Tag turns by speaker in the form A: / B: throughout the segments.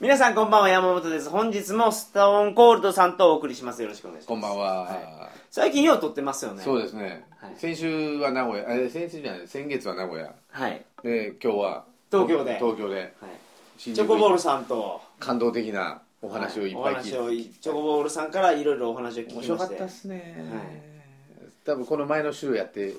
A: 皆さんこんばんは、山本です。本日もストーンコールドさんとお送りします。よろしくお願いします。
B: こんばんは、
A: 最近よう撮ってますよね。
B: そう
A: す。
B: ですね、
A: はい
B: 先週は名古屋え先週じゃない先月は名古屋
A: はい。
B: で今日は
A: 東京で
B: 東京で
A: はい、
B: 新
A: チョ
B: 宿
A: コボールさんと、
B: 感動的なお話をいっぱい聞いて、
A: はいお話をいチョコボールさんからいろいろお話を聞きま
B: 面
A: して。
B: 白かったですね、多分この前の週やって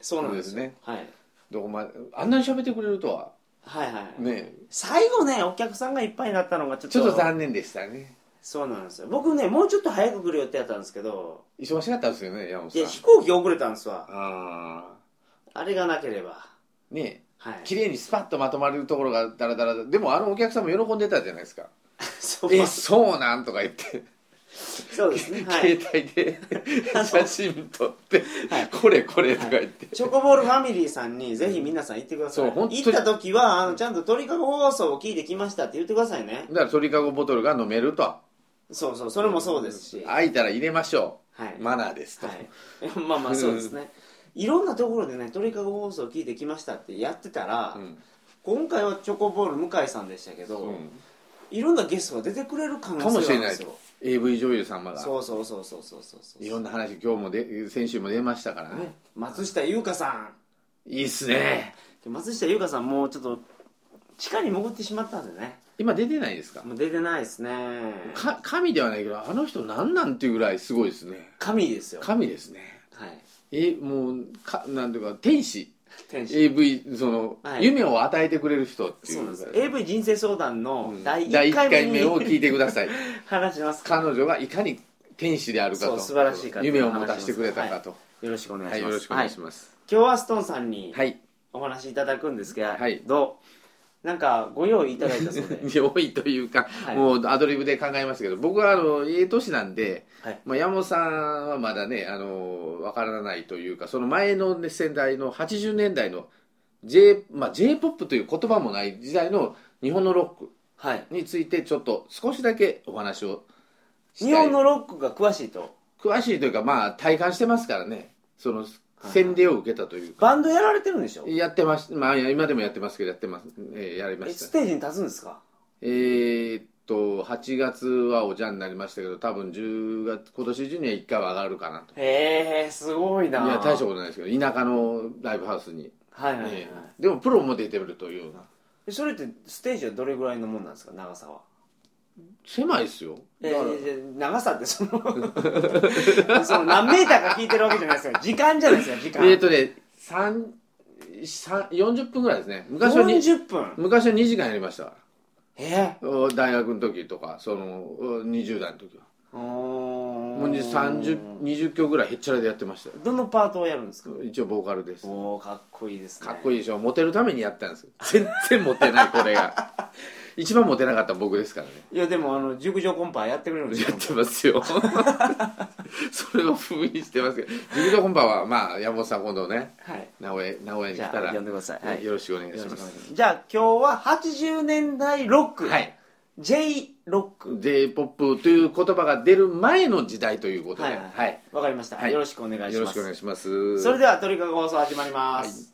A: そうなんです
B: そう
A: よ
B: ですね。
A: はい。
B: どこまであんなに喋ってくれるとは
A: はいはい。
B: ね
A: 最後ね、お客さんがいっぱいになったのがちょっ
B: ち
A: と。
B: ょっと残念でしたね
A: そうなんですよ。僕ね、もうちょっと早く来る予定やったんですけど、
B: 忙しかったですよね山本
A: い
B: さん
A: や、飛行機遅れたんですわ。
B: あ
A: あれがなければ。
B: あね
A: はい。
B: 綺麗にスパッとまとまるところがダラダラでもあのお客さんも喜んでたじゃないですか
A: そう
B: えそうなんとか言って
A: そうですね。はい。
B: 携帯で写真撮って、
A: はい
B: これこれとか言って、
A: チョコボールファミリーさんにぜひ皆さん行ってください。
B: そう本当に
A: 行った時は、あの、ちゃんと鳥かご放送を聞いてきましたって言ってくださいね。
B: だから鳥かごボトルが飲めると
A: そうそう、それもそうですし。
B: 開いたら入れましょ
A: は
B: う
A: い。
B: マナーですと、
A: はい、 まあまあそうですねいろんなところでね鳥かご放送聞いてきましたってやってたら、
B: うん
A: 今回はチョコボール向井さんでしたけど、
B: うん
A: いろんなゲストが出てくれる可能
B: かもし
A: 性
B: れ
A: があ
B: な
A: るんで
B: い
A: すよ
B: AV 女優様が
A: そうそうそうそうそうそうそう
B: いろんな話今日もで先週も出ましたからね、
A: 松下優香さ
B: いいっすね
A: ん松下優香さんもうちょっと地下に潜ってしまったんでね
B: 今出てないですか
A: もう出てないですね
B: か神ではないけどあの人なんなんていうぐらいすごいですね
A: 神ですよは
B: 神ですね
A: い
B: えもうかなんていうか天使
A: 天使
B: AV その、
A: はい
B: 夢を与えてくれる人ってい
A: そう
B: う
A: なんですよ AV 人生相談の第1
B: 一
A: 回
B: 回
A: 目
B: 目を
A: に
B: 聞いてくだ さい
A: 話しますから
B: 彼女がいかに天使であるか
A: そ
B: と
A: う素晴らしい方
B: 夢を持たせてくれたかと
A: よろしくお願い
B: はい、
A: します、
B: よろしくお願いします
A: 今日はストーンさんに
B: はい、
A: お話いただくんですけど、
B: はい
A: どうなんかご用意いただいたそう で
B: 多いというか、
A: い
B: もうアドリブで考えましたけど僕はあのええ年なんで、
A: はい
B: まあ、山本さんはまだねあのわからないというかその前の、ね、世代の80年代の J、まあ、j p o p という言葉もない時代の日本のロック
A: はい
B: についてちょっと少しだけお話をしたい
A: 日本のロックが詳しいと
B: 詳しいというかまあ体感してますからねその洗礼を受けたというか、
A: バンドやられてるんでしょ
B: やってましまあいや今でもやってますけどやってます、えーやりま
A: え
B: し
A: ス
B: た
A: テージに立つんですか
B: えーっと8月はおじゃんになりましたけど多分10月今年中には1回は上がるかなと
A: へえすごいない
B: いや大したことないですけど田舎のライブハウスに、
A: はいはいはい、
B: えーでもプロも出てるというような
A: えそれってステージはどれぐらいのもんなんですか長さは
B: 狭いですよ
A: え
B: だから、
A: ー長さってその その何メーターか聞いてるわけじゃないですよ時間じゃないですか時間
B: えーっとね3 3 40分ぐらいですね昔はに
A: 40分
B: 昔は2時間やりました
A: え
B: お大学の時とかそのお20代の時は
A: ー、も
B: もう3020曲ぐらいへっちゃらでやってましたよ
A: どのパートをやるんですか
B: 一応ボーカルです
A: おおかっこいいですね
B: かっこいいでしょモテるためにやったんですよ全然モテないこれが 一番モテなかった僕ですからね
A: いやでもあの熟女コンパやってくれるんです
B: や
A: よ
B: ってますよ それを封印してますけど熟女コンパはまあ山本さん今度ね
A: はい
B: 名古屋名古屋に
A: じ
B: 来
A: ゃ
B: た
A: あ
B: ら
A: 呼んでください、はい、
B: よろしくお願いし
A: よ
B: ま
A: ろしくお願い
B: す
A: しますじゃあ今日は80年代ロック、
B: はい
A: J ロック
B: j p o p という言葉が出る前の時代ということで
A: はいはいわかりました、
B: はい
A: よろしくお願いします
B: よろしくお願いします
A: それではトリカゴ放送始まります、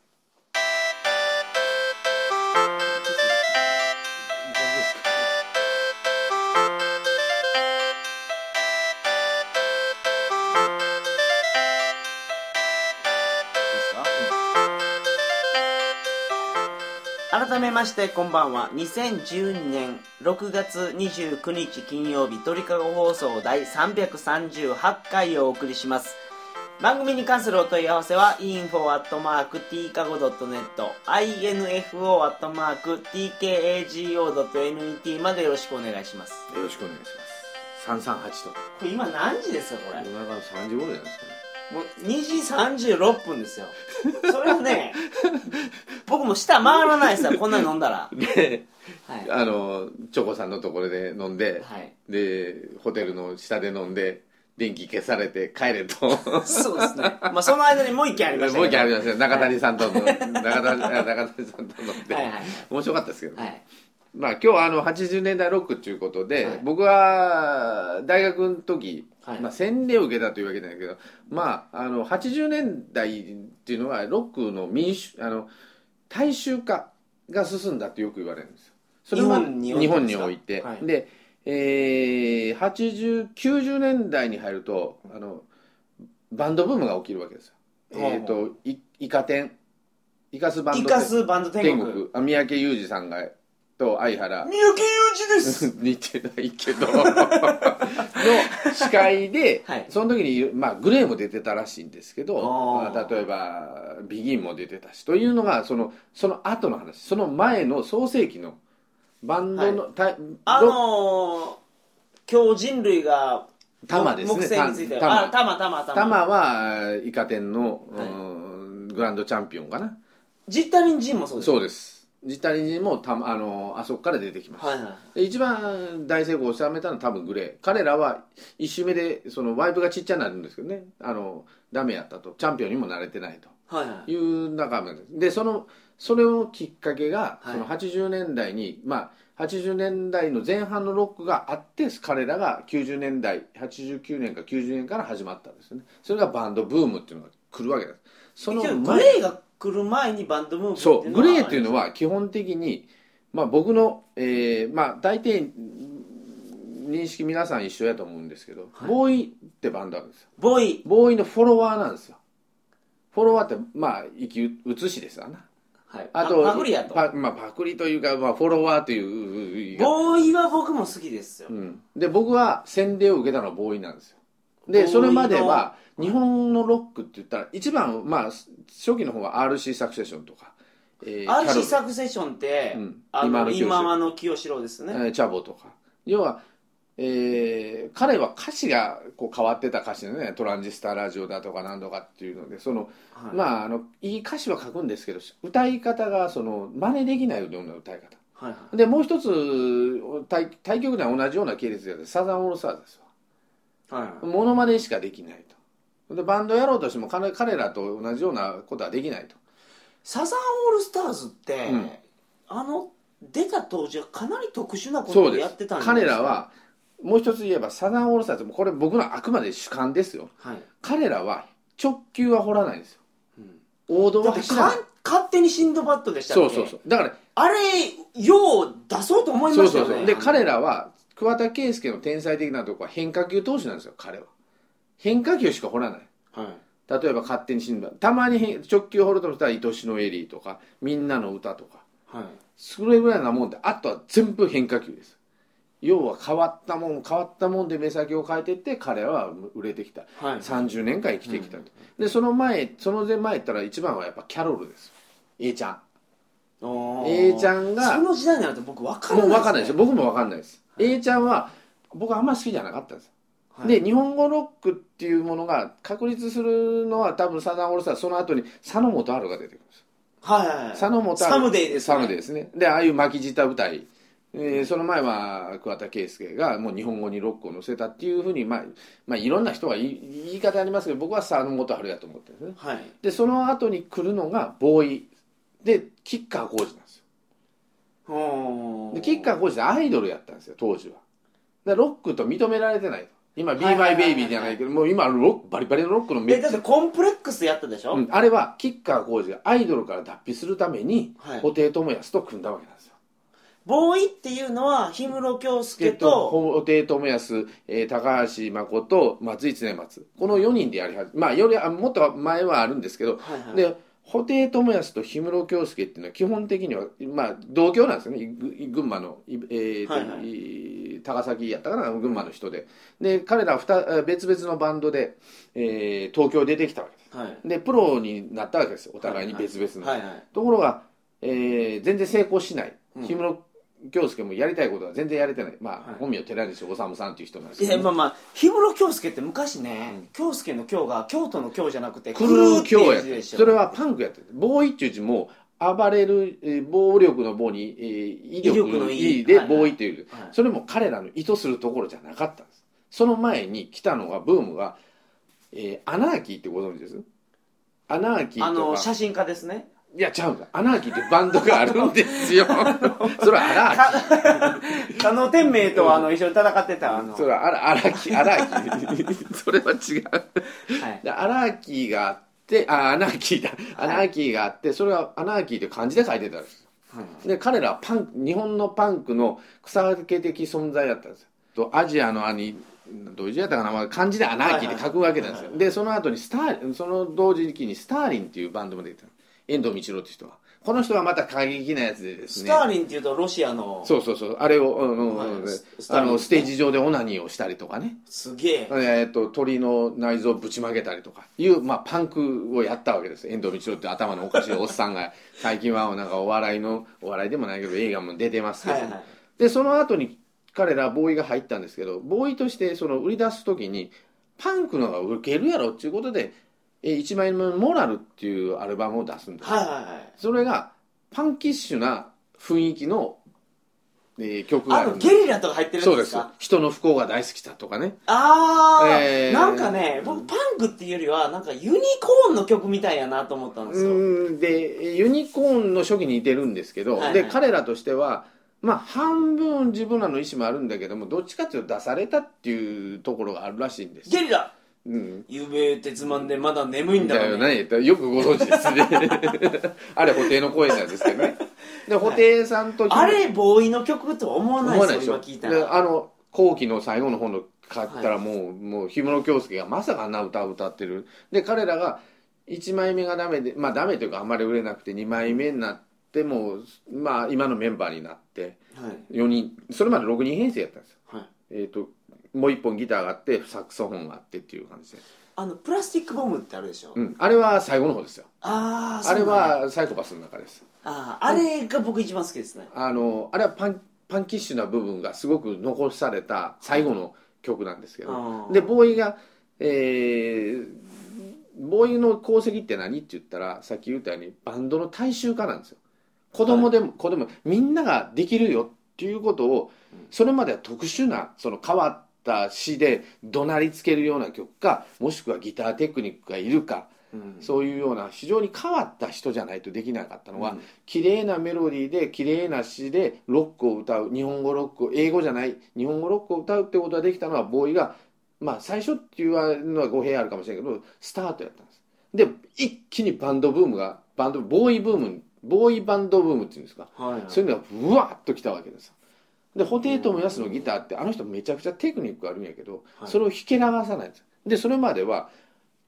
A: 改めましてこんばんは2012年6月29日金曜日鳥かご放送第338回をお送りします番組に関するお問い合わせは info.tkago.net info.tkago.net までよろしくお願いします
B: よろしくお願いします338と
A: これ今何時ですかこれ
B: 夜中の3時頃じゃないですかね
A: もう2時36分ですよそれはね僕も舌回らないさこんなの飲んだら
B: で
A: はい
B: あのチョコさんのところで飲んで、
A: はい
B: でホテルの下で飲んで電気消されて帰れとも
A: そうですねまあその間にもう一件 ありましたけど
B: う一回ありましたよ中谷さんと の、中谷あ中谷さんと飲んで、
A: はいはいはい
B: 面白かったですけど、
A: はい
B: まあ今日はあの80年代ロックっていうことで、
A: はい
B: 僕は大学の時、
A: はい
B: まあ、洗礼を受けたというわけじゃないけど、まあ、あの80年代っていうのはロックの民主あの大衆化が進んだってよく言われるんですよそれも
A: 日本において
B: 日本において、
A: はい
B: で、えー、80 90年代に入るとあのバンドブームが起きるわけですよ、
A: ほうほう
B: えっ、といイカ天イカスバン
A: イ
B: ド
A: カスバンド天
B: 天
A: 国
B: 国あ三宅裕二さんがと相原
A: 三宅裕二です
B: 似てないけど の司会で、
A: はい
B: その時に、まあ、グレーも出てたらしいんですけど、
A: あー
B: まあ例えばビギンも出てたしというのがそのその後の話その前の創世紀のバンドの、た
A: あ
B: ロ
A: のー、今日人類が
B: 玉ですね
A: 木星について
B: た玉
A: あ玉玉玉
B: タマはイカ天の、
A: はいう
B: ーんグランドチャンピオンかな
A: ジッタリンジンもそうです
B: そうですジタリジもた、あのあそこから出てきます、
A: はいはい
B: で一番大成功を収めたのは多分グレー彼らは1周目でそのワイプがちっちゃになるんですけどねあのダメやったとチャンピオンにもなれてない
A: はいはい
B: という中ででそのそれをきっかけが、
A: はい
B: その80年代にまあ80年代の前半のロックがあって彼らが90年代89年か90年から始まったんですよねそれがバンドブームっていうのが来るわけですその
A: けど
B: 前
A: グレーが来る前にバンドムーブってい
B: そうう
A: のは
B: グレーっていうのは基本的に、まあ、僕の、えーまあ、大抵うん認識皆さん一緒やと思うんですけど、ボーイってバンドあるんですよ
A: ボーイ
B: ボーイのフォロワーなんですよフォロワーってまあ生き写しですわな
A: はい
B: あと
A: パグリやと
B: パ,、まあ、パクリというか、まあ、フォロワーという
A: ボーイは僕も好きですよ
B: うん、で僕は洗礼を受けたのはボーイなんですよで
A: ボーイの
B: それまでは日本のロックって言ったら一番、まあ、初期の方は RC サクセションとか、えーキャロ
A: RC
B: ル
A: サクセションって
B: うん
A: あ
B: 今
A: の
B: の清志
A: 今間の清志郎ですね
B: えーチャボとか要は、えー彼は歌詞がこう変わってた歌詞でね「トランジスタラジオ」だとか何とかっていうのでその、
A: はい
B: まああのいい歌詞は書くんですけど歌い方がその真似できないような歌い方
A: はいはい
B: でもう一つ対対局では同じような系列でやってサザンオールスターズですわ
A: はいはい
B: モノマネしかできないとでバンドやろうとしても彼彼らと同じようなことはできないと
A: サザンオールスターズって、
B: うん
A: あの出た当時はかなり特殊なこ
B: そ
A: と
B: う
A: を
B: で
A: や
B: す
A: ってたんじゃない
B: 彼
A: です
B: ら
A: か
B: はもう一つ言えばサザンオールスターズもこれ僕のあくまで主観ですよ
A: はい、
B: 彼らは直球は掘らないんですよ
A: うん
B: 王道
A: だ
B: は
A: って
B: 走
A: から
B: なんい
A: 勝手にシンドバッドでしたっ
B: そ
A: け
B: うそうそうだから
A: あれよう出そうと思い
B: そ
A: ま
B: う
A: したよ
B: そう
A: ね
B: そうで彼らは桑田佳祐の天才的なとこは変化球投手なんですよ彼は変化球しか掘らない
A: はい
B: 例えば勝手に死んだたまに変直球掘るとしたら「愛しのエリー」とか「みんなの歌」とか
A: はい
B: それぐらいなもんであとは全部変化球です要は変わったもん変わったもんで目先を変えてって彼らは売れてきた
A: はい
B: 30年間生きてきたと、でその前その前前言ったら一番はやっぱキャロルですよ A ちゃん
A: おー
B: A ちゃんが
A: その時代になると僕分かんない
B: もう分かんないですすよ
A: ね
B: 僕も分かんないです、A ちゃんは僕あんま好きじゃなかったんです、
A: はい
B: で日本語ロックっていうものが確立するのは多分サザンオールスターズその後に佐野元春が出てくるんです
A: はいはいはい
B: 佐野元春
A: サムデイです、ね、
B: サムデイですねでああいう巻き舌舞台、えーその前は桑田佳祐がもう日本語にロックを乗せたっていうふうに、まあ、まあいろんな人が言い言い方ありますけど僕は佐野元春だと思ってるんですね
A: はい
B: でその後に来るのがボーイでキッカー浩司なんですよ
A: おー
B: でキッカーコーチってアイドルやったんですよ当時はでロックと認められてないと今「
A: はいはいはい
B: BYBABY」じゃないけどもう今ロックバリバリのロックのめ
A: え
B: っ
A: だっ
B: ち
A: て
B: ゃ、
A: コンプレックスやったでしょ、
B: うんあれはキッカーコーチがアイドルから脱皮するために
A: はい
B: 布袋寅泰と組んだわけなんですよ
A: ボーイっていうのは氷室京介と
B: 布袋寅泰、えー高橋誠松井恒松この4人でやり始めまあよりあもっと前はあるんですけど、
A: はいはい
B: で布袋寅泰と氷室京介っていうのは基本的には、まあ、同郷なんですよねいぐい群馬の、いえーと
A: はいはい
B: い高崎やったかな群馬の人でで彼らは二え別々のバンドで、えー東京出てきたわけで
A: はい
B: すでプロになったわけですよお互いに別々の、
A: はいはい
B: ところが、えー全然成功しない
A: うん
B: 氷室京介もやりたいことは全然やれてない、まあ
A: はい
B: 本名寺西修さんっていう人なんです
A: い
B: けど
A: や
B: ね、
A: まあまあ氷室京介って昔ね、
B: うん
A: 京介の京が京都の京じゃなくて
B: クル
A: 狂
B: ー教
A: う
B: や
A: っていう字でしょ
B: それはパンクやってるボーイっていう字も暴れる、えー暴力の棒に、えー威力の
A: 威力の威
B: 威で
A: はい
B: ボーイっていう、
A: はい
B: それも彼らの意図するところじゃなかったんですその前に来たのがブームが、えーアナーキーってご存知ですアナーキー
A: あ
B: と
A: の
B: か
A: 写真家ですね
B: いやちゃうんだアナーキーってバンドがあるんで すよそれはアラーキー
A: あの天明とあの一緒に戦ってたあの、
B: それはアラアラーキーアラーキ ーそれは違う
A: はい、
B: でアナーキーがあってあアナーキーだアナーキーがあってそれはアナーキーって漢字で書いてたんですで彼らはパンク日本のパンクの草分け的存在だったんですよとアジアの兄どういう字やったかな、まあ、漢字でアナーキーって書くわけなんで
A: はいは
B: す
A: い
B: よ
A: は
B: でその後にスターその同時期にスターリンっていうバンドも出てた遠藤道郎って人はこの人がまた過激なやつでです
A: ス
B: ね
A: ターリンっていうとロシアの
B: そうそうそうあれを、うんうんうん
A: はいススター
B: あ
A: リン
B: のステージ上でオナニーをしたりとかね
A: すげえ
B: えー、と鳥の内臓をぶちまけたりとかいう、まあ、パンクをやったわけです遠藤道郎って頭のおかしいおっさんが最近はなんかお笑いのお笑いでもないけど映画も出てますけど、
A: はいはい
B: でその後に彼らボーイが入ったんですけどボーイとしてその売り出す時にパンクの方がウケるやろっていうことでえー一枚目の「モラル」っていうアルバムを出すんです、
A: はいはいはい
B: それがパンキッシュな雰囲気の、えー曲が
A: あ
B: ある
A: の
B: ん
A: ゲリラとか入ってる
B: そ
A: ん
B: う
A: で
B: ですす
A: か
B: 人の不幸が大好きだとかね
A: ああ、
B: えー
A: なんかね僕パンクっていうよりはなんかユニコーンの曲みたいやなと思ったんですよ、
B: うんでユニコーンの初期に似てるんですけど、
A: はいはい
B: で彼らとしてはまあ半分自分らの意思もあるんだけどもどっちかっていうと出されたっていうところがあるらしいんです、
A: ゲリラ
B: うん、
A: ゆべってつまんでまだ眠いんだ
B: だ
A: ろ
B: よ
A: うね
B: ねよくご存知です ねあれ布袋の声なんですけどねで布袋さんと、
A: あれボーイの曲とは思わない
B: 思わない
A: で
B: ですし
A: よ
B: ょ
A: 今聞いた
B: で
A: ら
B: あの後期の最後の方の買ったらもう,、もう氷室京介がまさかあんな歌を歌ってるで彼らが1枚目がダメでまあダメというかあんまり売れなくて2枚目になってもまあ今のメンバーになって
A: はい
B: 4人それまで6人編成やったんですよ
A: はい
B: えっ、ともう1本ギターがあってサクソフォンがあってっていう感じで、
A: あのプラスチックボムってあるでしょ、
B: うん、あれは最後の方ですよ
A: ああ
B: あれはサイコパスの中です
A: あーあれが僕一番好きですね
B: あのあれはパンパンキッシュな部分がすごく残された最後の曲なんですけど
A: うん
B: でボーイが、えーボーイの功績って何って言ったらさっき言ったようにバンドの大衆化なんですよ子供でも、子供みんなができるよっていうことを
A: うん
B: それまでは特殊なその変わった詩で怒鳴りつけるような曲かもしくはギターテクニックがいるか、
A: うん
B: そういうような非常に変わった人じゃないとできなかったのは、
A: うん
B: 綺麗なメロディーで綺麗な詩でロックを歌う日本語ロックを英語じゃない日本語ロックを歌うってことができたのはボーイがまあ最初っていうのは語弊あるかもしれないけどスタートやったんですで一気にバンドブームがバンドボーイブームボーイバンドブームっていうんですか
A: はいはい
B: そういうのがうわーっときたわけですよで布袋寅泰のギターってあの人めちゃくちゃテクニックあるんやけど、
A: はい
B: それを引き流さないんですよでそれまでは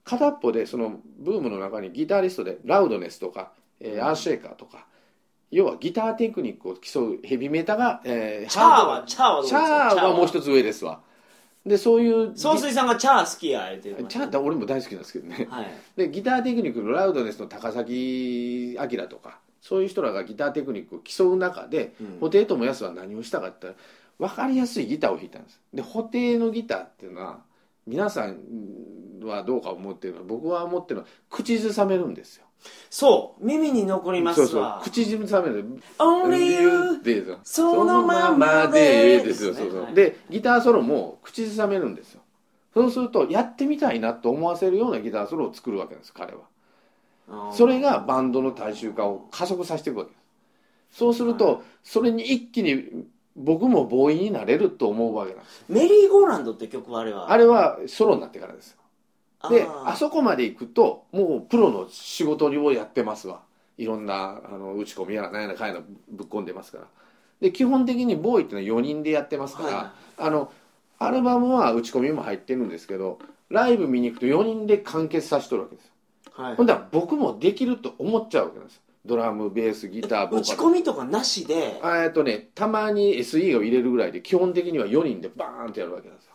B: 片っぽでそのブームの中にギタリストでラウドネスとか、えーアーシェイカーとか要はギターテクニックを競うヘビメタが、えー、
A: チャーはチャーはどうです
B: チャ
A: か
B: ーはもう一つ上ですわでそういう
A: 総帥さんがチャー好きや言うて
B: チャーって俺も大好きなんですけどね
A: はい
B: でギターテクニックのラウドネスの高崎明とかそういう人らがギターテクニックを競う中で
A: うん
B: 布袋寅泰は何をしたかって言ったら分かりやすいギターを弾いたんですで布袋のギターっていうのは皆さんはどうか思ってるの僕は思ってるのは口ずさめるんですよ
A: そう耳に残ります
B: そう
A: わ
B: そう口ずさめる
A: Only you
B: って言うと
A: そのままで
B: そのままでですよ
A: ですね
B: そうそう
A: はい
B: でギターソロも口ずさめるんですよそうするとやってみたいなと思わせるようなギターソロを作るわけなんです彼はそれがバンドの大衆化を加速させていくわけですそうする
A: は
B: とそれに一気に僕もボーイになれると思うわけなんです
A: メリーゴーランドって曲はあれは
B: あれはソロになってからです
A: あー
B: であそこまで行くともうプロの仕事をやってますわいろんなあの打ち込みやら何やらかんやらぶっ込んでますからで基本的にボーイっていうのは4人でやってますから、
A: はい
B: あのアルバムは打ち込みも入ってるんですけどライブ見に行くと4人で完結させとるわけです
A: はい
B: ほんだら僕もできると思っちゃうわけなんですよドラムベースギターボ
A: 打ち込みとかなしで
B: あーえっとねたまに SE を入れるぐらいで基本的には4人でバーンとやるわけなんですよ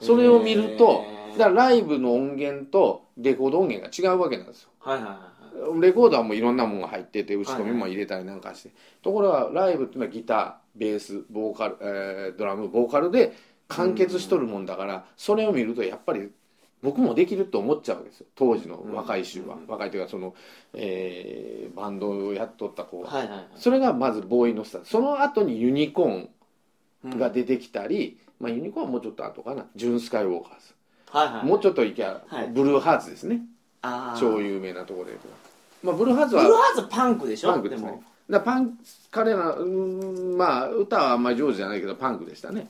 B: それを見ると
A: へー
B: だからライブの音源とレコード音源が違うわけなんですよ
A: はいはいはいはい
B: レコードはもういろんなものが入ってて打ち込みも入れたりなんかして、ところがライブっていうのはギターベースボーカル、えードラムボーカルで完結しとるもんだから、それを見るとやっぱり僕もできると思っちゃうわけですよ当時の若い衆は、
A: うん
B: 若いというかその、えーバンドをやっとった子は、
A: はいはいはい
B: それがまずボーイのスタートその後にユニコー
A: う
B: ン
A: ん
B: が出てきたり、まあ、ユニコーンはもうちょっと後かなジュン・スカイウォーカーズ、
A: はいはい
B: もうちょっといきゃ、
A: はい
B: ブルーハーツですね
A: あー
B: 超有名なところで言うと、まあ、ブルーハーツ
A: ブル
B: は
A: ーハーツパンクでしょ
B: パンクですね
A: で
B: だ
A: も
B: からパン彼らうーんまあ歌はあんまり上手じゃないけどパンクでしたね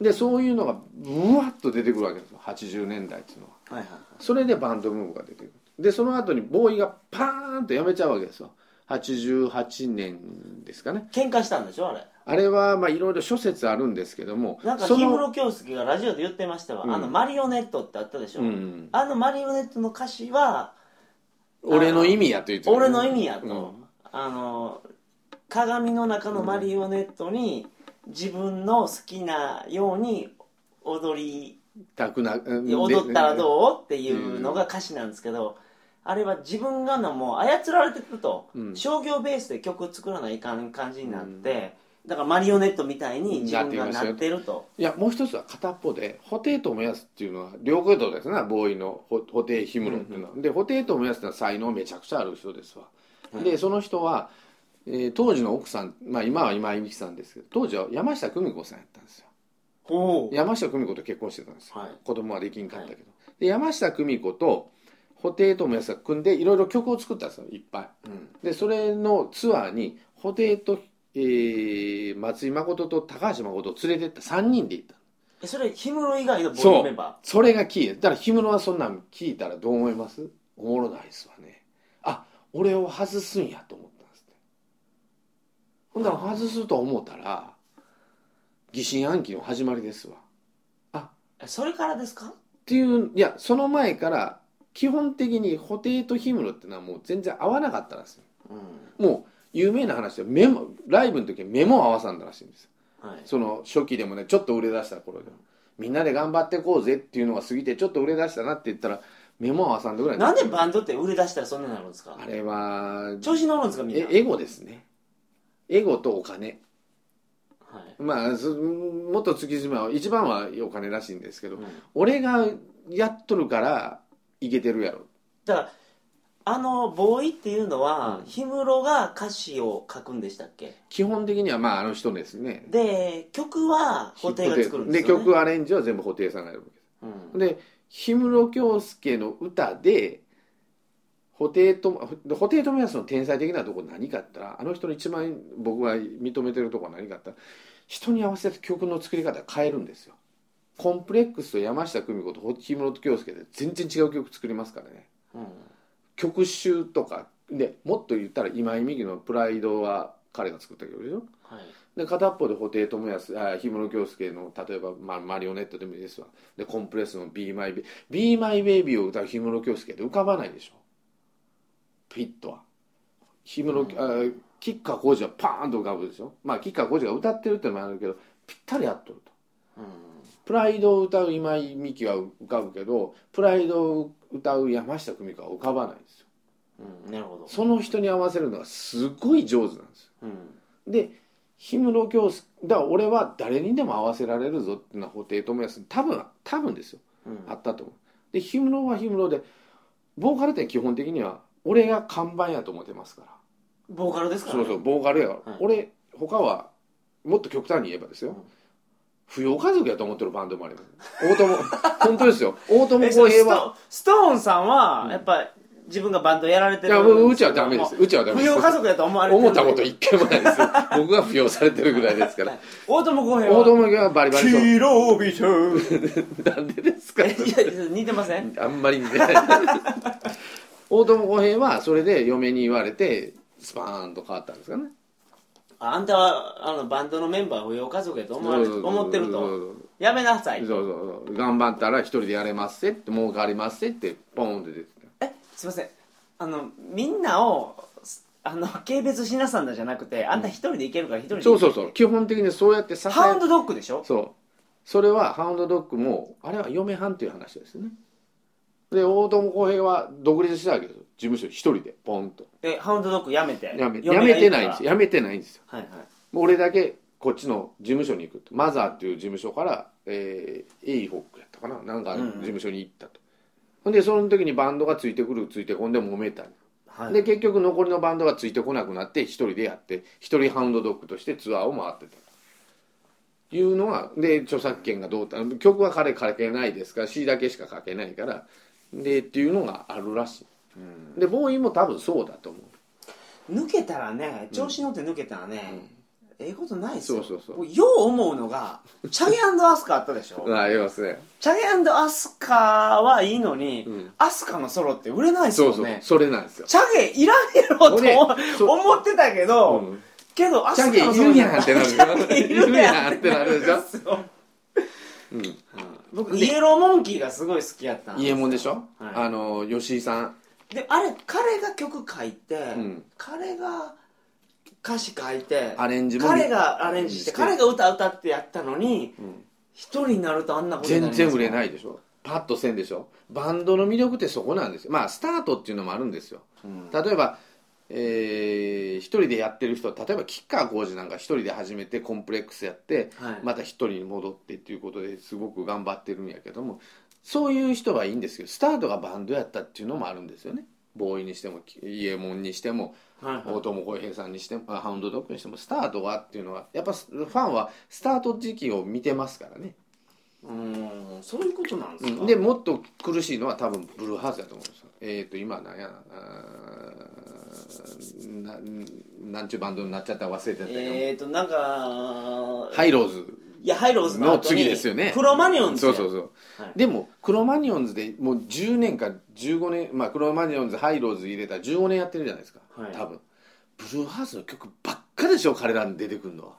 B: でそういうのがブワッと出てくるわけですよ80年代っていうのは
A: はいはいはい
B: それでバンドブームが出てくるでその後にボーイがパーンとやめちゃうわけですよ88年ですかね
A: 喧嘩したんでしょあれ
B: あれはまあいろいろ諸説あるんですけども
A: なんか
B: そ
A: 氷
B: の
A: 室京介がラジオで言ってましたわ、
B: うん
A: あのマリオネットってあったでしょ、
B: うん
A: あのマリオネットの歌詞は
B: 俺の意味やと言って
A: 俺の意味やと、
B: うん
A: あの鏡の中のマリオネットに自分の好きなように踊り
B: たくなうん
A: 踊ったら
B: で
A: どうっていうのが歌詞なんですけど、あれは自分がのもう操られてると、
B: うん
A: 商業ベースで曲作らないかん感じになって、だからマリオネットみたいに自分がなってると
B: いやもう一つは片っぽで「布袋ともやす」っていうのは両国道ですねボーイのほ布袋氷室っていうのは、で布袋ともやすってのは才能めちゃくちゃある人ですわ、
A: はい
B: でその人は、えー当時の奥さん、まあ、今は今井美樹さんですけど当時は山下久美子さんやったんですよ
A: ほ
B: 山下久美子と結婚してたんですよ、
A: はい
B: 子供はできんかったけど、で山下久美子と布袋ともやすが組んでいろいろ曲を作ったんですよいっぱいでそれのツアーに布袋と、えー松井誠と高橋誠を連れてった3人で行った
A: えそれ氷室以外のボーイ
B: そ
A: ズメン
B: う
A: バ
B: それがキーですだから氷室はそんなん聞いたらどう思いますおもろないですわねあ俺を外すんやと思ったんですねほんなら外すと思ったら疑心暗鬼の始まりですわ
A: ーえそれからですか
B: っていういやその前から基本的に布袋と氷室ってのはもう全然合わなかったんですよ
A: うん
B: もう有名な話でメモライブの時はメモを合わさんだらしいんですよ
A: はい
B: その初期でもねちょっと売れ出した頃でもみんなで頑張ってこうぜっていうのが過ぎてちょっと売れ出したなって言ったらメモを合わさんでぐらい
A: なんでバンドって売れ出したらそんなになるんですか
B: あれは
A: 調子乗るんですかみんな
B: えエゴですねエゴとお金
A: はい
B: まあそもっと突き詰めは一番はお金らしいんですけど、
A: うん
B: 俺がやっとるからいけてるやろ
A: だからあのボーイっていうのは
B: うん
A: 氷室が歌詞を書くんでしたっけ
B: 基本的にはまああの人ですね
A: で曲は布袋が作るんですよ、ね、
B: で曲アレンジは全部布袋さんがやるわけです
A: うん、
B: で氷室京介の歌で布袋とで布袋寅泰の天才的なとこ何かあったらあの人の一番僕が認めてるとこは何かあったら人に合わせて曲の作り方変えるんですよコンプレックスと山下久美子と氷室京介で全然違う曲作りますからね曲集とかでもっと言ったら今井美樹の「プライド」は彼が作った曲でしょ
A: はい、
B: で片っぽで布袋寅泰あ氷室京介の例えば、まあ、マリオネットでもいいですわでコンプレスの「BeMyBaby」「BeMyBaby」を歌う氷室京介って浮かばないでしょピットは氷室、
A: うん
B: あ吉川晃司はパーンと浮かぶでしょまあ吉川晃司が歌ってるってのもあるけどぴったり合っとると
A: う
B: プライドを歌う今井美樹は浮かぶけどプライドを歌う山下久美子は浮かばないんですよ
A: んうん、なるほど、
B: その人に合わせるのがすごい上手なんですよ
A: うん
B: で氷室京介だから俺は誰にでも合わせられるぞっていうのは布袋寅泰に多分多分ですよ
A: うん
B: あったと思うで氷室は氷室でボーカルって基本的には俺が看板やと思ってますから
A: ボーカルですから、
B: そ
A: ね、
B: うそうボーカルやから、
A: はい
B: 俺他はもっと極端に言えばですよ、
A: うん
B: 扶養家族やと思ってるバンドもあります大友本当ですよ大友
A: えそ
B: 康
A: れス
B: 平
A: ト
B: は
A: ーンストーンさんは
B: うん
A: やっぱ自分がバンドやられて
B: い
A: る
B: やもううちはダメですうちはダメ
A: 扶
B: です
A: 養家族だと思われてる
B: 思ったこと一回もないですよ僕が扶養されてるぐらいですから
A: 大友康平は
B: 大友康平はバリバリそう
A: 黄色ビシ ョ
B: なんでですか
A: いや似てません
B: あんまり似てない大友康平はそれで嫁に言われてスパーンと変わったんですかね
A: ああんたはあのバンドのメンバー扶養家族やと思われ
B: そうそうそう
A: 思ってる
B: そ
A: と
B: う
A: やめなさい
B: そうそうそう頑張ったら一人でやれますせって儲かりますせってポーンって出てきた
A: えすいませんあのみんなをすあ の軽蔑しなさんだじゃなくてあんた一人で行けるから一人で
B: そ
A: 行
B: う
A: け
B: そう
A: る
B: そう基本的にそうやって支え
A: ハウンドドッグでしょ
B: そうそれはハウンドドッグもあれは嫁はんという話ですねで大友康平は独立したわけですよ事務所一人でポンと
A: えハウンドドッグやめて
B: やめや
A: 嫁
B: め
A: が
B: て
A: るから
B: ないんですよやめてないんですよ
A: はいはい
B: 俺だけこっちの事務所に行くとマザーっていう事務所から、えー、エイホックやったかななんか
A: うんうん
B: 事務所に行ったと、ほんでその時にバンドがついてくるついてこんで揉めた、
A: はい
B: で結局残りのバンドがついてこなくなって一人でやって一人ハウンドドッグとしてツアーを回ってたいうのはで著作権がどうた曲は彼書けないですから C だけしか書けないからでっていうのがあるらし
A: うん
B: いでボーイも多分そうだと思う
A: 抜けたらね調子乗って抜けたらね、ええことないですよ
B: そうそうそう
A: 僕よう思うの がチャゲアスカあったでしょ
B: あありますね
A: チャゲアスカはいいのに、
B: うん
A: アスカのソロって売れないです
B: そ
A: よ
B: うそう
A: ね
B: それなんですよ、
A: チャゲいらんやろと
B: 俺そう
A: 思思ってたけ
B: う
A: ど、
B: ん、
A: けどア
B: チ
A: スカ
B: ャゲ
A: のソ
B: い
A: ロ
B: る
A: じゃ
B: や
A: なんい
B: ってなる
A: いるやんって
B: でしょ
A: なる
B: でし ょ、
A: そう
B: うん、
A: 僕イエローモンキーがすごい好きやったんですよ
B: 家もんでしょ、
A: はい
B: あの吉井さん
A: であれ彼が曲書いて、
B: ん
A: 彼が歌詞書いて
B: アレンジも
A: 彼がアレンジして
B: して
A: 彼が歌歌ってやったのに
B: うん
A: 一、人になるとあんなことにな、
B: 全然売れないいでしょパッとせんでしょバンドの魅力ってそこなんですよまあスタートっていうのもあるんですよ
A: うん
B: 例えば、えー一人でやってる人例えば吉川晃司なんか一人で始めてコンプレックスやって
A: はい
B: また一人に戻ってっていうことですごく頑張ってるんやけどもそういう人はいいんですけどスタートがバンドやったっていうのもあるんですよねボーイにしてもイエモンにしても
A: はいはい
B: 大友康平さんにしてもあハウンドドッグにしてもスタートはっていうのはやっぱファンはスタート時期を見てますからね
A: うーんそういうことなんで
B: う
A: すか、
B: んでもっと苦しいのは多分ブルーハーツだと思うんですよえっ、と今なんやなあーななんちゅうバンドになっちゃったか忘れてたけど、
A: えーとなんか
B: ハイローズ
A: いやハイローズの
B: の
A: 後に
B: 次ですよね
A: クロマニオンズ
B: そうそうそう、
A: はい
B: でもクロマニオンズでもう10年か15年まあクロマニオンズハイローズ入れたら15年やってるじゃないですか、
A: はい
B: 多分ブルーハーツの曲ばっかでしょ彼らに出てくるのは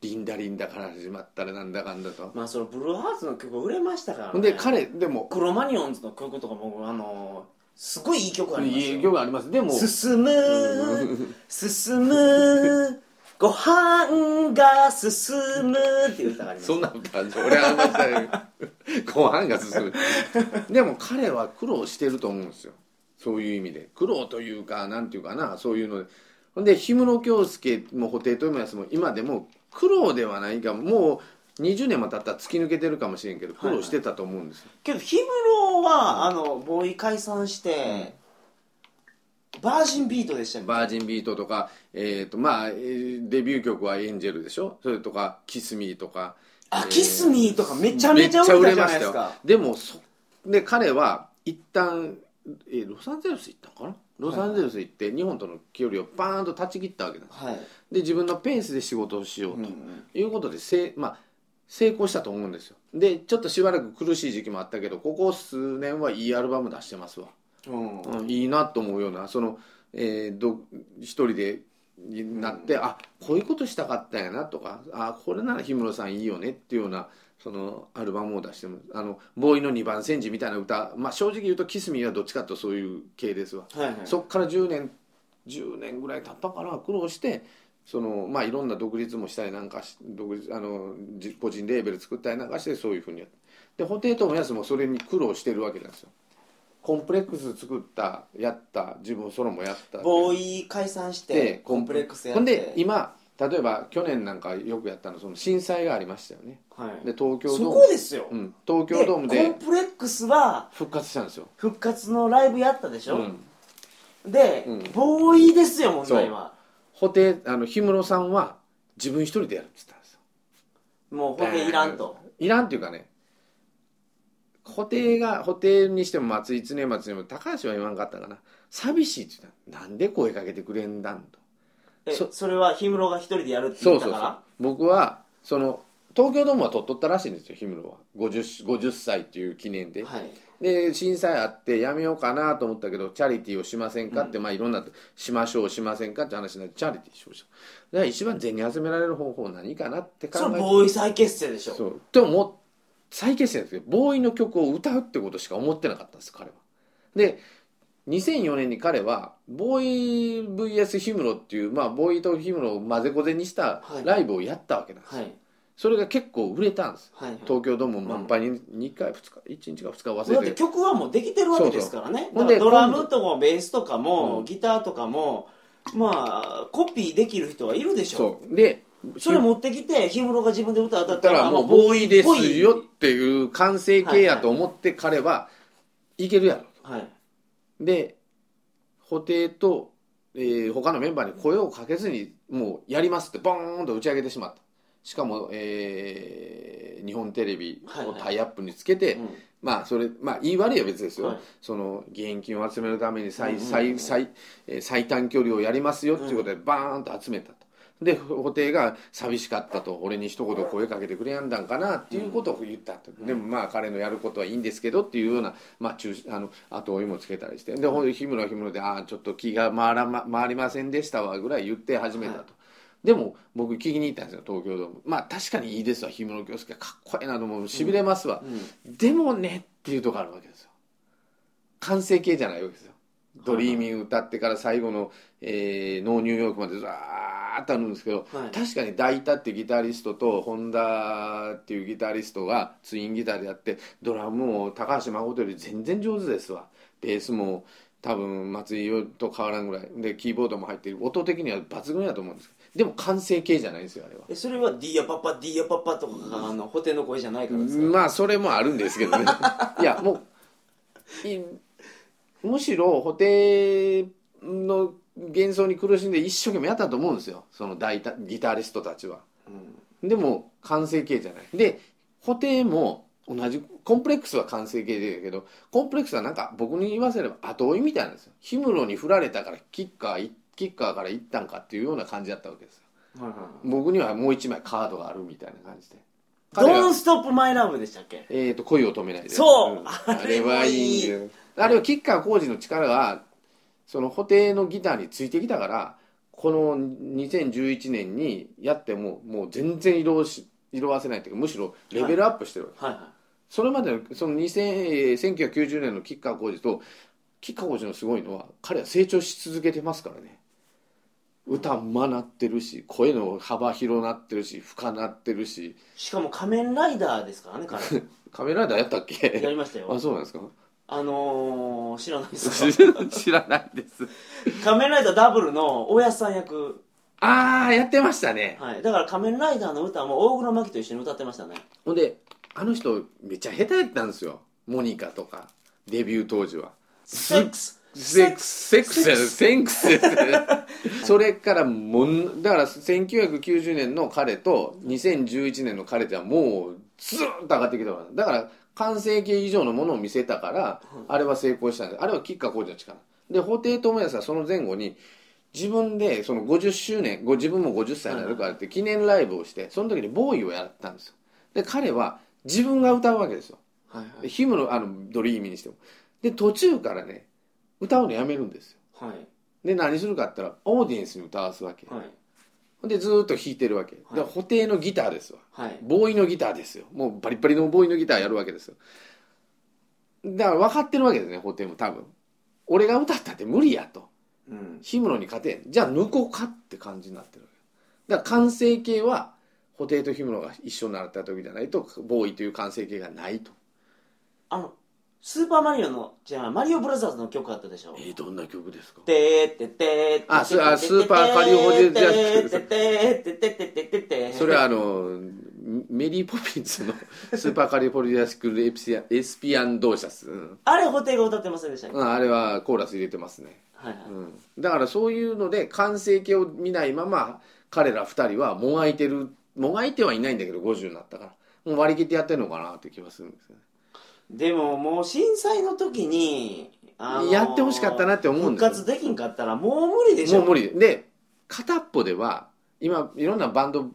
B: リンダリンダから始まったらなんだかんだと、
A: まあそのブルーハーツの曲売れましたから、
B: ほ
A: ね、
B: んで彼でも
A: クロマニオンズの曲とか僕あのすごいいい曲ありますよ
B: いい曲ありますでも
A: 進む進むご飯が進むっていう歌があります
B: そんなことあるんですよ俺はあんまりしたい ご飯が進むでも彼は苦労してると思うんですよそういう意味で苦労というかなんていうかなそういうのでほんで氷室京介も布袋寅泰も今でも苦労ではないがもう20年も経ったら突き抜けてるかもしれんけど苦労してたと思うんですよ、
A: けど氷室はあのボーイ解散して、バージンビートでしたよね
B: バージンビートとか、えーとまあ、えーデビュー曲は「エンジェル」でしょそれとか「キスミー」とか
A: あ
B: えー
A: キスミーとかめちゃめちゃ売れたじゃないです
B: めっちゃ売れま
A: か
B: したよでもそで彼は一旦えロサンゼルス行ったのかなロサンゼルス行って日本との距離をバーンと断ち切ったわけなんです
A: はい、
B: で自分のペースで仕事をしよう
A: うんう
B: と
A: ん
B: いうことで、せいまあ、成功したと思うんですよでちょっとしばらく苦しい時期もあったけどここ数年はいいアルバム出してますわ
A: うん
B: うんいいなと思うようなその、えーど一人でになって、あこういうことしたかったんやなとかあこれなら氷室さんいいよねっていうようなそのアルバムを出してもあのボーイの二番煎じみたいな歌、まあ、正直言うと「キスミーはどっちかというとそういう系ですわ、
A: はいはい
B: そっから10年10年ぐらい経ったから苦労してそのまあいろんな独立もしたりなんかし独立あのじ個人レーベル作ったりなんかしてそういうふうにやってで布袋寅泰もそれに苦労してるわけなんですよコンプレックス作ったやった自分ソロもやった
A: ボーイ解散してコンプレックスやって
B: ほんで今例えば去年なんかよくやったのその震災がありましたよね
A: はい
B: で東京
A: そ
B: ドーム
A: こですよ、
B: うん、東京ドームで
A: コンプレックスは
B: 復活したんですよ、
A: 復活のライブやったでし
B: う
A: ょ、
B: ん、
A: で、
B: うん
A: ボーイですよ問題は
B: 布袋あの氷室さんは自分一人でやるって言ったんですよ
A: もうほんいらんと
B: いらんっていうかね布袋が布袋にしても松井常松にも高橋は言わんかったかな寂しいって言ったなんで声かけてくれんだんと
A: え
B: そ
A: それは氷室が一人でやるって
B: そ
A: 言っ
B: う
A: た
B: そう
A: か
B: そう
A: ら
B: 僕はその東京ドームは取っとったらしいんですよ氷室は 50, 50歳っていう記念で、
A: はい
B: で震災あってやめようかなと思ったけどチャリティーをしませんかって、まあいろんなしましょうしませんかって話になってチャリティーしましょうだから一番銭集められる方法何かなって考
A: そ
B: え
A: れ
B: て
A: ボーイ再結成でしょ
B: そうでももう再結成ですけどボーイの曲を歌うってことしか思ってなかったんです彼はで2004年に彼はボーイ VS ヒムロっていう、まあ、ボーイとヒムロを混ぜこぜにした
A: はい
B: ライブをやったわけなんです、
A: はい
B: それが結構売れたんです
A: はいはい
B: 東京ドーム満杯に2回2日1日か2日忘
A: だっ
B: れ
A: て
B: て
A: 曲はもうできてるわけですからね
B: そうそうほ
A: だ
B: ん
A: か
B: で
A: らドラムともベースとか
B: う
A: も
B: ん
A: ギターとかもまあコピーできる人はいるでしょ
B: そうで
A: それ持ってきて氷室が自分で歌歌
B: だ
A: っ
B: った
A: た
B: ら
A: ら
B: もう
A: あ
B: ボーイですよ
A: ボ
B: っていう完成形やと思って彼はいけるやろ
A: ーイはい
B: で布袋と、えー他のメンバーに声をかけずにもうやりますってボーンと打ち上げてしまったしかも、えー日本テレビをタイアップにつけて、
A: うん
B: まあそれまあ言い悪いは別ですよ、
A: はい
B: その義援金を集めるために
A: うん
B: 最
A: うんうん
B: 最最えー最短距離をやりますよっていうことでバーンと集めたとで布袋が「寂しかった」と「俺に一言声かけてくれやんだんかな」っていうことを言ったと、でもまあ彼のやることはいいんですけどっていうような、まあ、中あの後追いもつけたりしてでほんで日村は日村で「ああちょっと気が回らま回りませんでしたわ」ぐらい言って始めたと。でも僕聞きに行ったんですよ東京ドームまあ確かにいいですわ氷室京介かっこいいなと思うしびれますわ、でもねっていうとこあるわけですよ完成形じゃないわけですよ「ドリーミング」歌ってから最後の「えーノーニューヨーク」までずらーっとあるんですけど、
A: はい
B: 確かに大田っていうギタリストと本田っていうギタリストがツインギターでやってドラムも高橋誠より全然上手ですわベースも多分松井と変わらんぐらいでキーボードも入ってる音的には抜群やと思うんですけどでも完成形じゃないんですよあれは。
A: えそれは「ディアパパディアパパ」とかがあのホテの声じゃないからですか、
B: まあそれもあるんですけどねいやもういむしろ布袋の幻想に苦しんで一生懸命やったと思うんですよその大体ギタリストたちは
A: うん
B: でも完成形じゃないで布袋も同じコンプレックスは完成形だけどコンプレックスはなんか僕に言わせれば後追いみたいなんですよ氷室に振られたからキッカーいキッカーから行ったんかっていうような感じだったわけですよ
A: はいはいはい
B: 僕にはもう一枚カードがあるみたいな感じで彼が
A: ドンストップマイラブでしたっけ
B: えー、と恋を止めないで
A: そう
B: あれはいいんだよあれは吉川晃司の力がその布袋のギターについてきたからこの2011年にやってももう全然色をし色褪せないというかむしろレベルアップしてるわけ、
A: はいは
B: それまでのその2000えー1990年の吉川晃司と吉川晃司のすごいのは彼は成長し続けてますからね歌まなってるし声の幅広なってるし深なってるし
A: いしかも仮面ライダーですからね彼
B: カメライダーやったっ
A: や
B: け
A: りましたよ
B: あそうなんですか
A: あのー、知らないですか
B: 知知らないです
A: 仮面ライダーダブルの大安さん役
B: ああやってましたね
A: はいだから仮面ライダーの歌も大黒摩季と一緒に歌ってましたね
B: ほんであの人めっちゃ下手やったんですよモニカとかデビュー当時は
A: セックス
B: セックスセックス
A: セックス
B: セックスですね それからもんだから1990年の彼と2011年の彼ってはもうずーっと上がってきたからだから完成形以上のものを見せたからあれは成功したんですあれは吉川晃司の力で布袋寅泰はその前後に自分でその50周年ご自分も50歳になるからって記念ライブをしてその時にボーイをやったんですよで彼は自分が歌うわけですよ
A: はいは
B: でヒムのあのドリーミーにしてもで途中からね歌うのやめるんですよ
A: いはい
B: で何するかって言ったらオーディエンスに歌わすわけ、
A: はい
B: でずーっと弾いてるわけ、
A: はい
B: で布袋のギターですわ
A: はい
B: ボーイのギターですよもうバリバリのボーイのギターやるわけですよだから分かってるわけですね布袋も多分俺が歌ったって無理やと
A: うん
B: 氷室に勝てんじゃあ抜こうかって感じになってるわけだから完成形は布袋と氷室が一緒になった時じゃないとボーイという完成形がないと
A: あのスーパーマリオのじゃあマリオブラザーズの曲あったでしょ
B: えー、どんな曲ですか
A: てーててーて
B: あスあスーパーカリオホジェじゃなく
A: ててー
B: て
A: てててててて
B: それはあのメリー・ポピンズの スーパーカリフォルニアスクールエピシアエスピアンドーシャス、うん
A: あれ布袋が歌ってませんでしたっけ
B: うんあれはコーラス入れてますね、
A: はいは
B: うん、だからそういうので完成形を見ないまま彼ら2人はもがいてるもがいてはいないんだけど50になったからもう割り切ってやってるのかなって気はするんですよね
A: いでももう震災の時にあのー
B: やってほしかったなって思うんですよ
A: 復活できんかったらもう無理でしょ
B: もう無理で片っぽでは今いろんなバンド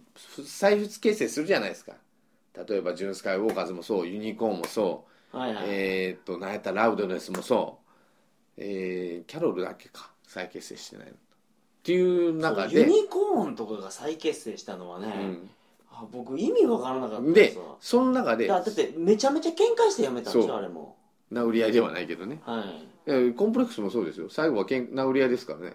B: 再復結成するじゃないですか例えばジュンスカイウォーカーズもそうユニコーンもそう
A: はいはい、
B: えーっと何やったらラウドネスもそう、えーキャロルだけか再結成してないのっていう中
A: ユ
B: で
A: ニコーンとかが再結成したのはね、あ僕意味わからなかった
B: うんん、
A: です
B: で
A: よ
B: その中で
A: だだってめちゃめちゃ喧嘩してやめたんでし
B: そ
A: ょ
B: う
A: あれも
B: 殴り合いではないけどね、
A: はい、
B: えーコンプレックスもそうですよ最後はけん殴り合いですからね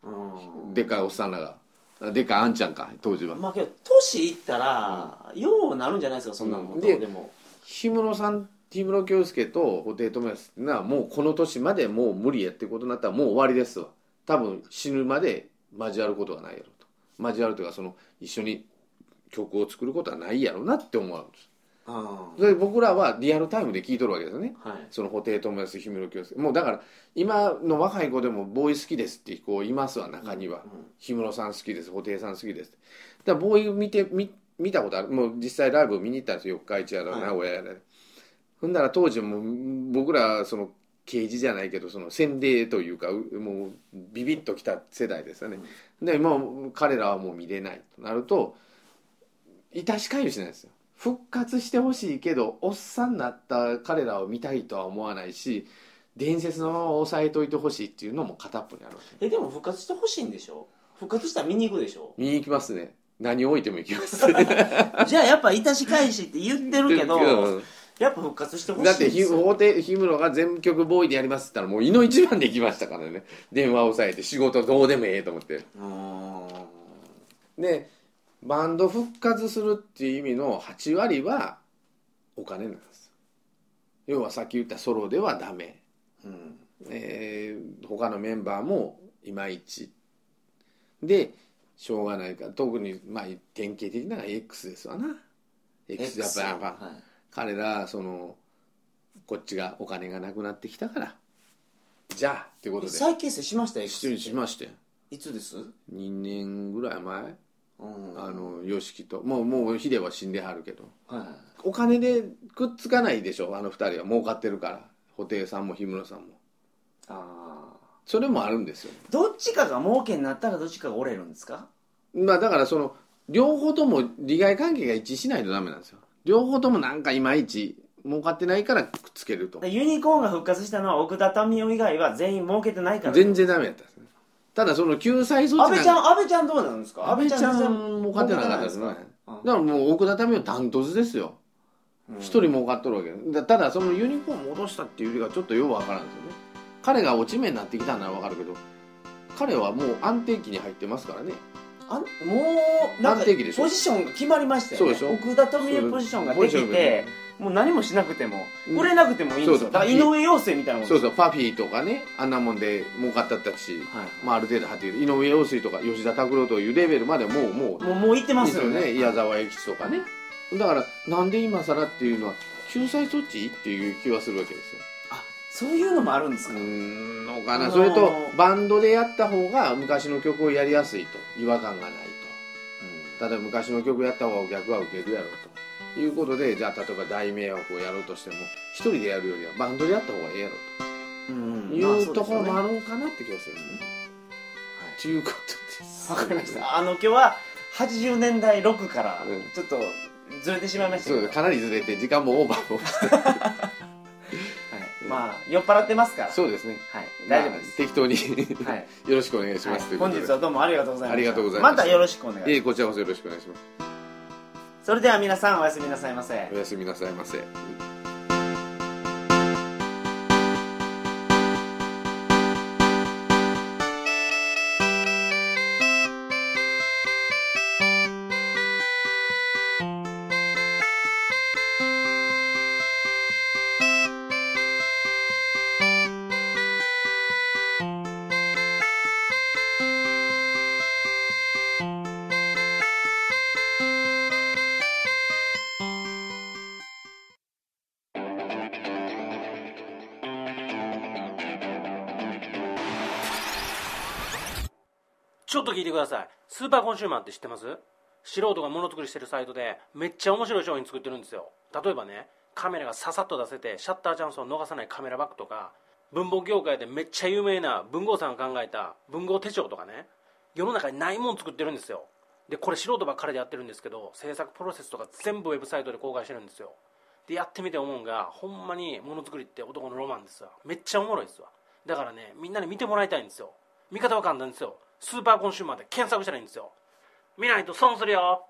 A: うん、
B: でっかいおっさんらがあでっかいあんちゃんか当時は
A: まあけど年いったら、ようなるんじゃないですかそんなの、
B: うん
A: で
B: で
A: でも
B: 氷室さん氷室京介と布袋寅泰っていうのはもうこの年までもう無理やってことになったらもう終わりですわ多分死ぬまで交わることはないやろうと交わるというかその一緒に曲を作ることはないやろうなって思うんです
A: うんはい
B: で僕らはリアルタイムで聴いとるわけですよねその布袋寅泰氷室京介もうだから今の若い子でもボーイ好きですっていう子いますわ中には
A: う
B: 氷室さん好きです布袋さん好きですだからボーイ見て見見たことあるもう実際ライブ見に行ったんですよ四日市やら
A: はい
B: 名古屋やら、ほんなら当時もう僕らその啓示じゃないけどその洗礼というかうもうビビッときた世代ですよね。で今彼らはもう見れないとなると致し返りしないですよ。復活してほしいけどおっさんになった彼らを見たいとは思わないし伝説のまま押さえといてほしいっていうのも片っぽにあるわけ
A: えでも復活してほしいんでしょ復活したら見に行くでしょ
B: 見に行きますね何を置いても行きます
A: じゃあやっぱ「いたし返し」って言ってるけど
B: うん
A: やっぱ復活してほしい
B: だって
A: んで
B: ひ
A: すよ
B: 法廷氷室が全曲ボーイでやりますって言ったらもう胃の一番で行きましたからね電話を抑えて仕事どうでもええと思って
A: うーん
B: でバンド復活するっていう意味の8割はお金なんです要はさっき言ったソロではダメ、
A: うん
B: えー他のメンバーもいまいちでしょうがないから特にまあ典型的なのが X ですわな X やっぱやっぱ
A: はい
B: 彼らそのこっちがお金がなくなってきたからじゃあってことで
A: 再結成しました
B: 一緒に
A: X
B: しまして
A: いつです
B: 2年ぐらい前
A: うん
B: あの YOSHIKI ともうもうヒデは死んではるけど
A: はい
B: お金でくっつかないでしょあの二人は儲かってるから布袋さんも氷室さんも
A: ああ
B: それもあるんですよ
A: どっちかが儲けになったらどっちかが折れるんですか
B: まあだからその両方とも利害関係が一致しないとダメなんですよ両方ともなんかいまいち儲かってないからくっつけると
A: ユニコーンが復活したのは奥田民生以外は全員儲けてないから
B: 全然ダメやったんですねただその救済措置
A: 安
B: なん
A: 倍
B: か
A: ちゃん安倍ちゃんどうなんですか
B: 安倍ちゃ
A: 安倍
B: ん儲かってなかったですねだか
A: うん
B: らもう奥田民生ダントツですよ
A: うん
B: 一、人儲かっとるわけだただそのユニコーン戻したっていうよりがちょっとようわからんですよね彼が落ち目になってきたならわかるけど彼はもう安定期に入ってますからね
A: あんもうなんか
B: 安定期でしょ
A: ポジションが決まりましたよ、ね、
B: そうでしょ
A: 奥田民生ポジションができてもう何もしなくても
B: うん
A: 売れなくてもいいんですよ
B: そうそう
A: だから井上陽水みたいなもん
B: そう
A: う
B: そうパフィーとかねあんなもんで儲かったったし、
A: はい
B: まあ、ある程度入ってくる井上陽水とか吉田拓郎というレベルまでもうもう
A: もうもう行ってま
B: です
A: すよ
B: よ
A: ね
B: ね矢沢永吉とかねだからなんで今更っていうのは救済措置っていう気はするわけですよ
A: あそういうのもあるんです
B: う
A: か、
B: ーんのかな、
A: あのー
B: それとバンドでやった方が昔の曲をやりやすいと違和感がないと例えば昔の曲やった方がお客は受けるやろうということでじゃあ例えば大迷惑をやろうとしても一人でやるよりはバンドでやった方がええやろ
A: うん
B: と
A: まあ
B: い
A: そうう
B: と
A: です
B: こ
A: よ
B: ろ
A: ね
B: もあるんかなって気がするね。ということです。
A: わかりました。あの今日は80年代6から
B: うん
A: ちょっとずれてしまいました
B: そ
A: け
B: う
A: ど、
B: かなりずれて時間もオーバー をして
A: はい、まあ酔っ払ってますから、
B: そうですね。
A: はい、大丈夫で
B: まあ
A: す。
B: 適当に、
A: はい、
B: よろしくお願いします、と
A: はいいう
B: こと
A: 本
B: で
A: 日はどうもありがとうございました。
B: ありがとうございました
A: またよろしくお願いします
B: ええこちらこそよろしくお願いします
A: それでは皆さんおやすみなさいませ。
B: おやすみなさいませ
C: ちょっと聞いてください。スーパーコンシューマーって知ってます素人がものづくりしてるサイトでめっちゃ面白い商品作ってるんですよ。例えばね、カメラがささっと出せてシャッターチャンスを逃さないカメラバッグとか、文房具業界でめっちゃ有名な文豪さんが考えた文豪手帳とかね、世の中にないもん作ってるんですよ。で、これ素人ばっかりでやってるんですけど、制作プロセスとか全部ウェブサイトで公開してるんですよ。で、やってみて思うんが、ほんまにものづくりって男のロマンですわ。めっちゃおもろいですわ。だからね、みんなに見てもらいたいんですよ。見方は簡単ですよ。スーパーコンシューマーで検索したらいいんですよ。見ないと損するよ。